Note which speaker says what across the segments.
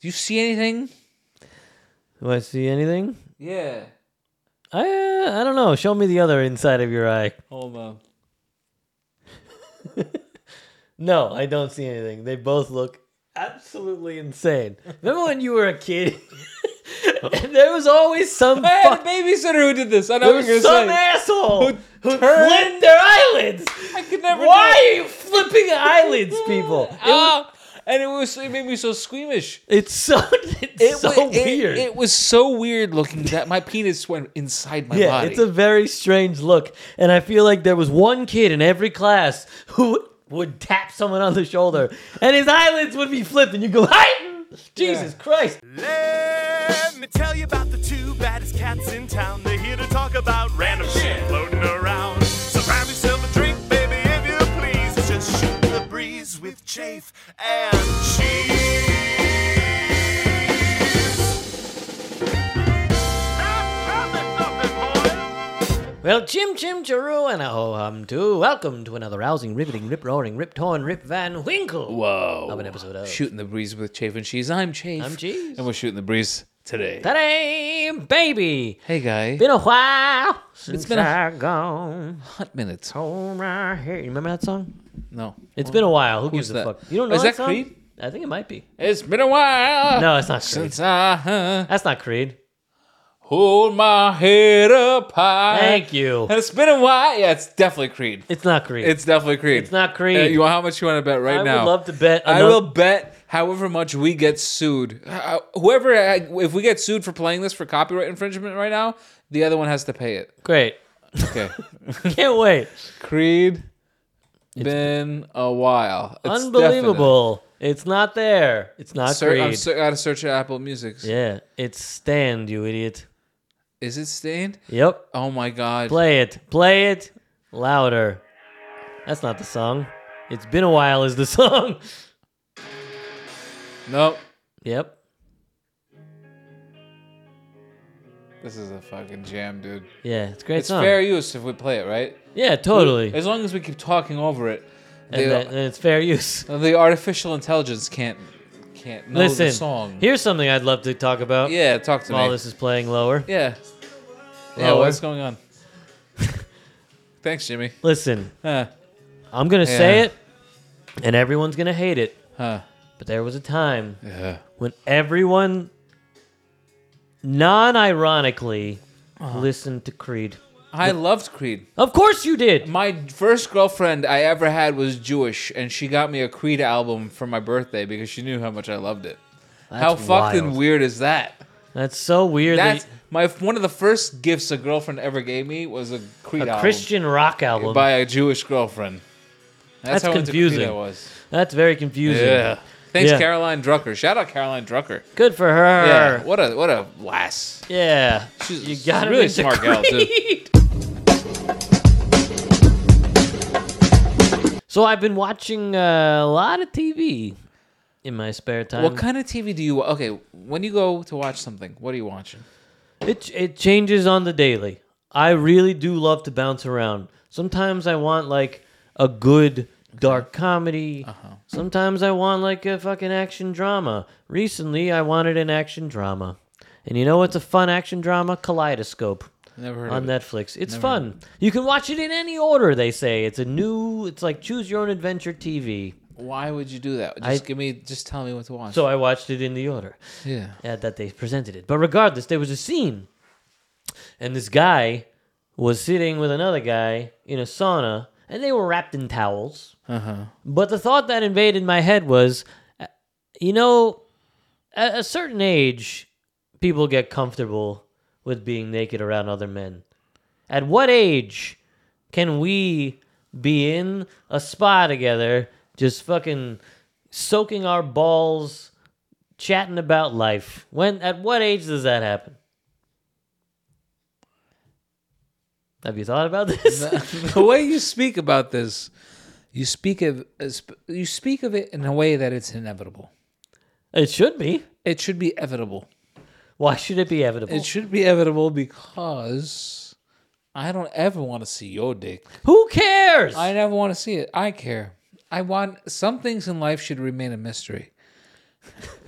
Speaker 1: Do you see anything?
Speaker 2: Do I see anything?
Speaker 1: Yeah.
Speaker 2: I uh, I don't know. Show me the other inside of your eye.
Speaker 1: Hold on.
Speaker 2: No, I don't see anything. They both look absolutely insane. Remember when you were a kid? and there was always some
Speaker 1: I had a
Speaker 2: fuck,
Speaker 1: babysitter who did this. I know
Speaker 2: there
Speaker 1: what
Speaker 2: was
Speaker 1: you're
Speaker 2: some
Speaker 1: going to say.
Speaker 2: asshole
Speaker 1: who
Speaker 2: who,
Speaker 1: turned-
Speaker 2: flipped their eyelids.
Speaker 1: I could never do
Speaker 2: Why
Speaker 1: it.
Speaker 2: are you flipping eyelids, people? It was-
Speaker 1: Ah, and it was it made me so squeamish.
Speaker 2: it's so it's
Speaker 1: It
Speaker 2: so
Speaker 1: wa- it-
Speaker 2: weird.
Speaker 1: It, was so weird looking that my penis went inside my
Speaker 2: yeah,
Speaker 1: body.
Speaker 2: it's a very strange look, and I feel like there was one kid in every class who would tap someone on the shoulder, and his eyelids would be flipped, and you go, "Hi, Jesus Christ!"
Speaker 3: Let me tell you about the two baddest cats in town. They're here to talk about random shit floating around. So grab yourself a drink, baby, if you please. Just shoot the breeze with Chafe and Cheese.
Speaker 2: Well, chim chim chiroo and a ho hum too. Welcome to another rousing, riveting, rip roaring, rip torn, rip van winkle.
Speaker 1: Whoa.
Speaker 2: Of an episode of-
Speaker 1: Shooting the breeze with Chafe and Cheese. I'm Chafe.
Speaker 2: I'm Cheese.
Speaker 1: And we're shooting the breeze today.
Speaker 2: Today, baby.
Speaker 1: hey guy.
Speaker 2: Been a while since
Speaker 1: been a-
Speaker 2: I gone
Speaker 1: hot minutes.
Speaker 2: home right here. You remember that song?
Speaker 1: No.
Speaker 2: It's been a while. Who
Speaker 1: Who's
Speaker 2: gives a
Speaker 1: that?
Speaker 2: fuck? You don't know
Speaker 1: Is
Speaker 2: that,
Speaker 1: that
Speaker 2: song?
Speaker 1: Creed?
Speaker 2: I think it might be.
Speaker 1: It's been a while.
Speaker 2: No, it's not Creed.
Speaker 1: Since I uh,
Speaker 2: That's not Creed.
Speaker 1: hold my head up high.
Speaker 2: Thank you.
Speaker 1: And it's been a while. Yeah, it's definitely Creed.
Speaker 2: It's not Creed.
Speaker 1: It's definitely Creed.
Speaker 2: It's not Creed.
Speaker 1: Uh, you want how much you want to bet right
Speaker 2: I
Speaker 1: now?
Speaker 2: would love to bet.
Speaker 1: I
Speaker 2: another-
Speaker 1: will bet however much we get sued. Uh, Whoever, if we get sued for playing this for copyright infringement right now, the other one has to pay it.
Speaker 2: Great.
Speaker 1: Okay.
Speaker 2: Can't wait.
Speaker 1: Creed. been a while. It's
Speaker 2: Unbelievable. It's not there. It's not
Speaker 1: definite. Ser- I'm
Speaker 2: Creed.
Speaker 1: ser- I gotta search Apple Music.
Speaker 2: yeah, it's Stand, you idiot.
Speaker 1: Is it stained?
Speaker 2: Yep.
Speaker 1: Oh my god.
Speaker 2: Play it. Play it louder. That's not the song. It's been a while is the song.
Speaker 1: Nope.
Speaker 2: Yep.
Speaker 1: This is a fucking jam, dude.
Speaker 2: Yeah, it's a great
Speaker 1: It's
Speaker 2: song.
Speaker 1: fair use if we play it, right?
Speaker 2: yeah, totally.
Speaker 1: As long as we keep talking over it,
Speaker 2: and,
Speaker 1: the,
Speaker 2: that, and it's fair use.
Speaker 1: the artificial intelligence can't can't know
Speaker 2: Listen,
Speaker 1: the song.
Speaker 2: here's something I'd love to talk about
Speaker 1: yeah, talk to
Speaker 2: while
Speaker 1: me.
Speaker 2: this is playing lower.
Speaker 1: Yeah. Yeah,
Speaker 2: Lower.
Speaker 1: what's going on? Thanks, Jimmy.
Speaker 2: Listen,
Speaker 1: Huh.
Speaker 2: I'm going to say
Speaker 1: Yeah.
Speaker 2: it, and everyone's going to hate it,
Speaker 1: Huh.
Speaker 2: but there was a time
Speaker 1: Yeah.
Speaker 2: when everyone non ironically
Speaker 1: Uh-huh.
Speaker 2: listened to Creed.
Speaker 1: I loved Creed.
Speaker 2: Of course you did.
Speaker 1: My first girlfriend I ever had was Jewish, and she got me a Creed album for my birthday because she knew how much I loved it. how
Speaker 2: That's
Speaker 1: fucking
Speaker 2: wild.
Speaker 1: weird is that?
Speaker 2: That's so weird.
Speaker 1: That's
Speaker 2: that
Speaker 1: my one of the first gifts a girlfriend ever gave me was a Creed
Speaker 2: a
Speaker 1: album
Speaker 2: Christian rock album.
Speaker 1: by a Jewish girlfriend. That's,
Speaker 2: That's
Speaker 1: how
Speaker 2: confusing.
Speaker 1: Into Creed I was.
Speaker 2: That's very confusing.
Speaker 1: Yeah. Thanks,
Speaker 2: Yeah.
Speaker 1: Caroline Drucker. Shout out Caroline Drucker.
Speaker 2: Good for her.
Speaker 1: Yeah.
Speaker 2: Yeah.
Speaker 1: What a what a lass. She's
Speaker 2: you got
Speaker 1: really
Speaker 2: it.
Speaker 1: smart gal, too.
Speaker 2: So I've been watching uh, a lot of TV in my spare time.
Speaker 1: What kind of TV do you okay? When you go to watch something, what are you watching?
Speaker 2: It it changes on the daily. I really do love to bounce around. Sometimes I want like a good dark comedy.
Speaker 1: Uh-huh.
Speaker 2: Sometimes I want like a fucking action drama. Recently, I wanted an action drama. And you know what's a fun action drama? Kaleidoscope.
Speaker 1: Never heard
Speaker 2: on
Speaker 1: of it.
Speaker 2: Netflix. It's fun. You can watch it in any order. They say it's a new. It's like choose your own adventure TV.
Speaker 1: Why would you do that? Just
Speaker 2: I-
Speaker 1: give me, just tell me what to watch.
Speaker 2: So I watched it in the order
Speaker 1: yeah,
Speaker 2: uh, that they presented it. But regardless, there was a scene, and this guy was sitting with another guy in a sauna, and they were wrapped in towels. But the thought that invaded my head was, uh, you know, at a certain age, people get comfortable with being naked around other men. At what age can we be in a spa together, just fucking soaking our balls, chatting about life? When? At what age does that happen? Have you thought about this?
Speaker 1: the way you speak about this, you speak of as- you speak of it in a way that it's inevitable.
Speaker 2: it should be.
Speaker 1: It should be evitable.
Speaker 2: Why should it be evitable?
Speaker 1: It should be evitable because I don't ever want to see your dick.
Speaker 2: Who cares?
Speaker 1: I never want to see it. I care. I want some things in life should remain a mystery.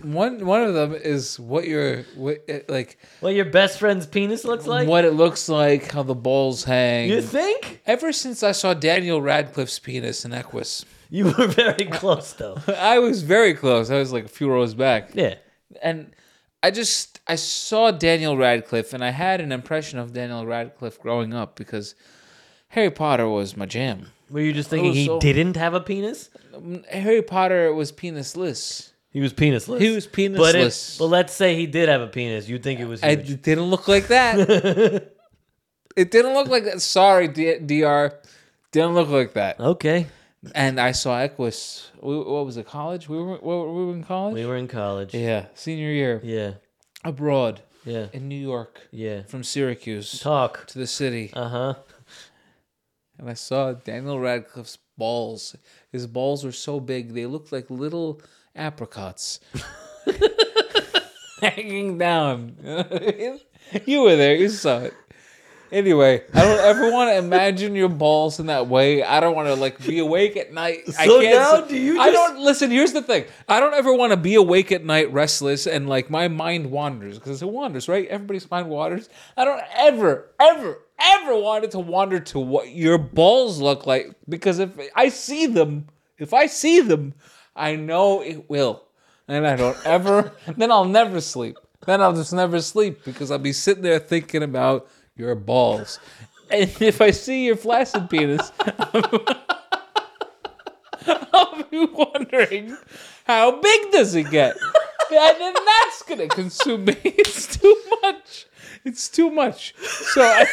Speaker 1: One one of them is what your what it- like
Speaker 2: What your best friend's penis looks like?
Speaker 1: what it looks like, how the balls hang.
Speaker 2: You think?
Speaker 1: Ever since I saw Daniel Radcliffe's penis in Equus,
Speaker 2: You were very close though.
Speaker 1: I was very close. I was like a few rows back,
Speaker 2: Yeah.
Speaker 1: and I just I saw Daniel Radcliffe, and I had an impression of Daniel Radcliffe growing up because Harry Potter was my jam.
Speaker 2: Were you just thinking he
Speaker 1: so-
Speaker 2: didn't have a penis?
Speaker 1: Harry Potter was penisless.
Speaker 2: He was penisless.
Speaker 1: He was
Speaker 2: But, it-
Speaker 1: penisless.
Speaker 2: but let's say he did have a penis. You'd think it was
Speaker 1: I-
Speaker 2: huge.
Speaker 1: It didn't look like that. it didn't look like that. Sorry, D- Dr. Didn't look like that.
Speaker 2: okay.
Speaker 1: And I saw Equus. We, what was it? College? We were. What, were we in college?
Speaker 2: We were in college.
Speaker 1: yeah, senior year
Speaker 2: Yeah.
Speaker 1: abroad
Speaker 2: Yeah.
Speaker 1: in New York.
Speaker 2: Yeah.
Speaker 1: from Syracuse
Speaker 2: Talk.
Speaker 1: to the city,
Speaker 2: Uh huh.
Speaker 1: and I saw Daniel Radcliffe's balls. His balls were so big they looked like little apricots hanging down. you were there, you saw it. Anyway, I don't ever want to imagine your balls in that way. I don't want to like be awake at night. I
Speaker 2: So
Speaker 1: can't
Speaker 2: now
Speaker 1: s-
Speaker 2: do you
Speaker 1: I
Speaker 2: just-
Speaker 1: don't listen. Here's the thing. I don't ever want to be awake at night, restless, and like my mind wanders because it wanders, right? Everybody's mind wanders. I don't ever, ever, ever want it to wander to what your balls look like because if I see them, if I see them, I know it will, and I don't ever. then I'll never sleep. Then I'll just never sleep because I'll be sitting there thinking about your balls. And if I see your flaccid penis, I'll be wondering how big does it get? and then that's gonna consume me. It's too much. It's too much. So I,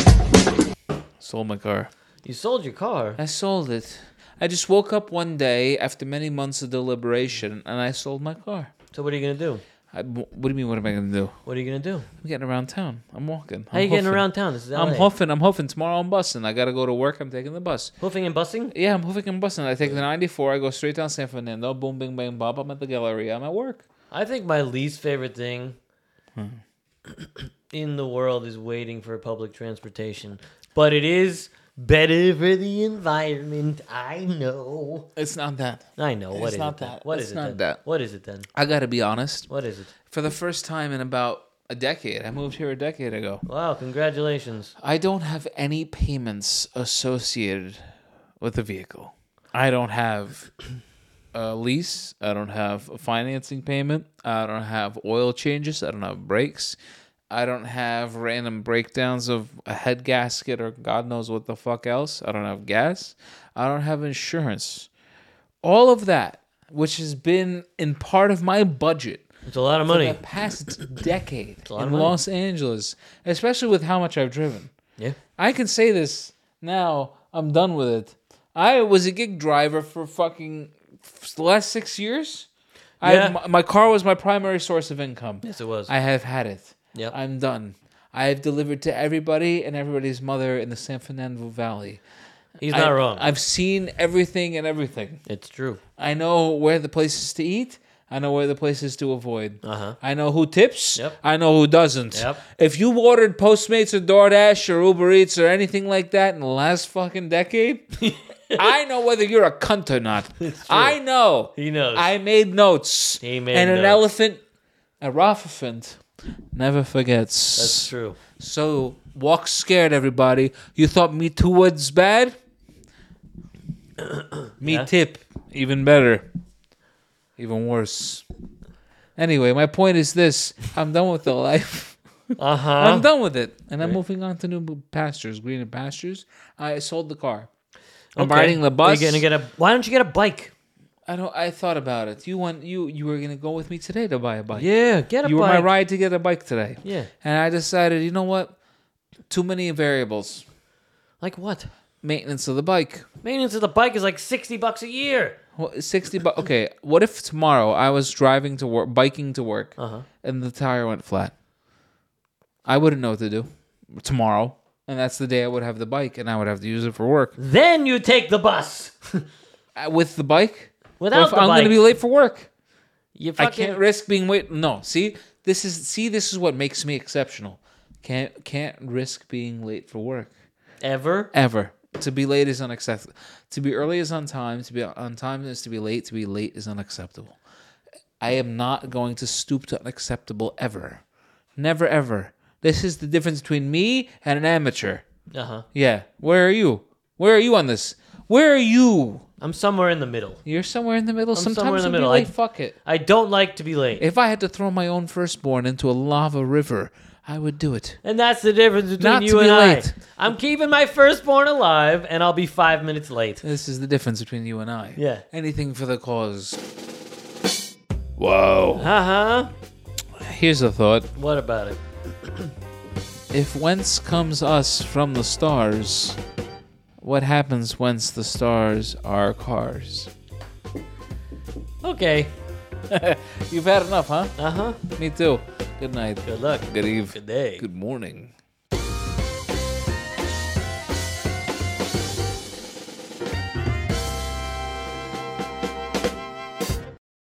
Speaker 1: sold my car.
Speaker 2: You sold your car.
Speaker 1: I sold it. I just woke up one day after many months of deliberation, and I sold my car.
Speaker 2: So what are you gonna do?
Speaker 1: I, what do you mean? What am I gonna do?
Speaker 2: What are you gonna do?
Speaker 1: I'm getting around town. I'm walking.
Speaker 2: How are
Speaker 1: I'm
Speaker 2: you getting
Speaker 1: huffing.
Speaker 2: around town? This is LA.
Speaker 1: I'm huffing. I'm huffing. Tomorrow I'm bussing. I gotta go to work. I'm taking the bus.
Speaker 2: Hoofing and bussing.
Speaker 1: Yeah, I'm hoofing and bussing. I take the 94. I go straight down San Fernando. Boom, bing, bang, bop. I'm at the gallery. I'm at work.
Speaker 2: I think my least favorite thing
Speaker 1: Hmm.
Speaker 2: in the world is waiting for public transportation, but it is better for the environment. I know.
Speaker 1: It's not that.
Speaker 2: I know. What
Speaker 1: It's
Speaker 2: is
Speaker 1: not
Speaker 2: it? Then?
Speaker 1: that.
Speaker 2: What
Speaker 1: It's
Speaker 2: is it?
Speaker 1: not
Speaker 2: then?
Speaker 1: that.
Speaker 2: What is it then?
Speaker 1: I gotta be honest.
Speaker 2: What is it?
Speaker 1: For the first time in about a decade, I moved here a decade ago.
Speaker 2: Wow! Congratulations.
Speaker 1: I don't have any payments associated with the vehicle. I don't have a lease. I don't have a financing payment. I don't have oil changes. I don't have brakes. I don't have random breakdowns of a head gasket or God knows what the fuck else. I don't have gas. I don't have insurance. All of that, which has been in part of my budget
Speaker 2: It's a lot of
Speaker 1: the
Speaker 2: money.
Speaker 1: past decade
Speaker 2: lot of
Speaker 1: in
Speaker 2: money.
Speaker 1: Los Angeles, especially with how much I've driven.
Speaker 2: Yeah.
Speaker 1: I can say this now. I'm done with it. I was a gig driver for fucking f- the last six years. I,
Speaker 2: Yeah.
Speaker 1: my, my car was my primary source of income.
Speaker 2: Yes, it was.
Speaker 1: I have had it.
Speaker 2: Yep.
Speaker 1: I'm done. I have delivered to everybody and everybody's mother in the San Fernando Valley.
Speaker 2: He's not
Speaker 1: I-
Speaker 2: wrong.
Speaker 1: I've seen everything and everything.
Speaker 2: it's true.
Speaker 1: I know where the places to eat. I know where the places to avoid.
Speaker 2: Uh-huh.
Speaker 1: I know who tips.
Speaker 2: Yep.
Speaker 1: I know who doesn't.
Speaker 2: Yep.
Speaker 1: If you ordered Postmates or DoorDash or Uber Eats or anything like that in the last fucking decade, I know whether you're a cunt or not. I know.
Speaker 2: He knows.
Speaker 1: I made notes.
Speaker 2: He made
Speaker 1: And an
Speaker 2: notes.
Speaker 1: elephant, a rothafant, never forgets.
Speaker 2: That's true.
Speaker 1: So walk scared, everybody. You thought Me Too was bad? me
Speaker 2: Yeah.
Speaker 1: Tip, even better, even worse. Anyway, my point is this: I'm done with the life.
Speaker 2: Uh huh.
Speaker 1: I'm done with it, and I'm moving on to new pastures, greener pastures. I sold the car. I'm riding the bus.
Speaker 2: Are you gonna get a? Why don't you get a bike?
Speaker 1: I don't. I thought about it. You want you you were gonna go with me today to buy a bike.
Speaker 2: Yeah, get a
Speaker 1: you were
Speaker 2: bike.
Speaker 1: my ride to get a bike today.
Speaker 2: Yeah.
Speaker 1: And I decided, you know what? Too many variables.
Speaker 2: Like what?
Speaker 1: maintenance of the bike.
Speaker 2: Maintenance of the bike is like sixty bucks a year.
Speaker 1: Well, Sixty bucks. Okay, what if tomorrow I was driving to work, biking to work,
Speaker 2: Uh-huh.
Speaker 1: and the tire went flat? I wouldn't know what to do tomorrow, and that's the day I would have the bike, and I would have to use it for work.
Speaker 2: Then you take the bus.
Speaker 1: Uh, With the bike,
Speaker 2: Without
Speaker 1: if
Speaker 2: the
Speaker 1: I'm
Speaker 2: bike.
Speaker 1: gonna be late for work.
Speaker 2: You
Speaker 1: I
Speaker 2: fucking.
Speaker 1: can't risk being wait. No, see, this is see, this is what makes me exceptional. Can't can't risk being late for work
Speaker 2: ever.
Speaker 1: ever. To be late is unacceptable. To be early is on time. To be on time is to be late. To be late is unacceptable. I am not going to stoop to unacceptable ever. Never ever. This is the difference between me and an amateur.
Speaker 2: Uh huh.
Speaker 1: Yeah. Where are you? Where are you on this? Where are you?
Speaker 2: I'm somewhere in the middle.
Speaker 1: You're somewhere in the middle. Sometimes
Speaker 2: somewhere in the
Speaker 1: I'll be
Speaker 2: middle.
Speaker 1: Like,
Speaker 2: I-
Speaker 1: fuck it.
Speaker 2: I don't like to be late.
Speaker 1: If I had to throw my own firstborn into a lava river, I would do it.
Speaker 2: and that's the difference between
Speaker 1: Not to
Speaker 2: you
Speaker 1: be
Speaker 2: and
Speaker 1: late.
Speaker 2: I. I'm keeping my firstborn alive, and I'll be five minutes late.
Speaker 1: This is the difference between you and I.
Speaker 2: Yeah.
Speaker 1: Anything for the cause. Whoa.
Speaker 2: Uh huh.
Speaker 1: Here's a thought.
Speaker 2: What about it?
Speaker 1: If whence comes us from the stars, what happens whence the stars are cars?
Speaker 2: Okay.
Speaker 1: You've had enough, huh?
Speaker 2: Uh huh.
Speaker 1: Me too. Good night.
Speaker 2: Good luck.
Speaker 1: Uh-huh. Good eve.
Speaker 2: Good day.
Speaker 1: Good morning.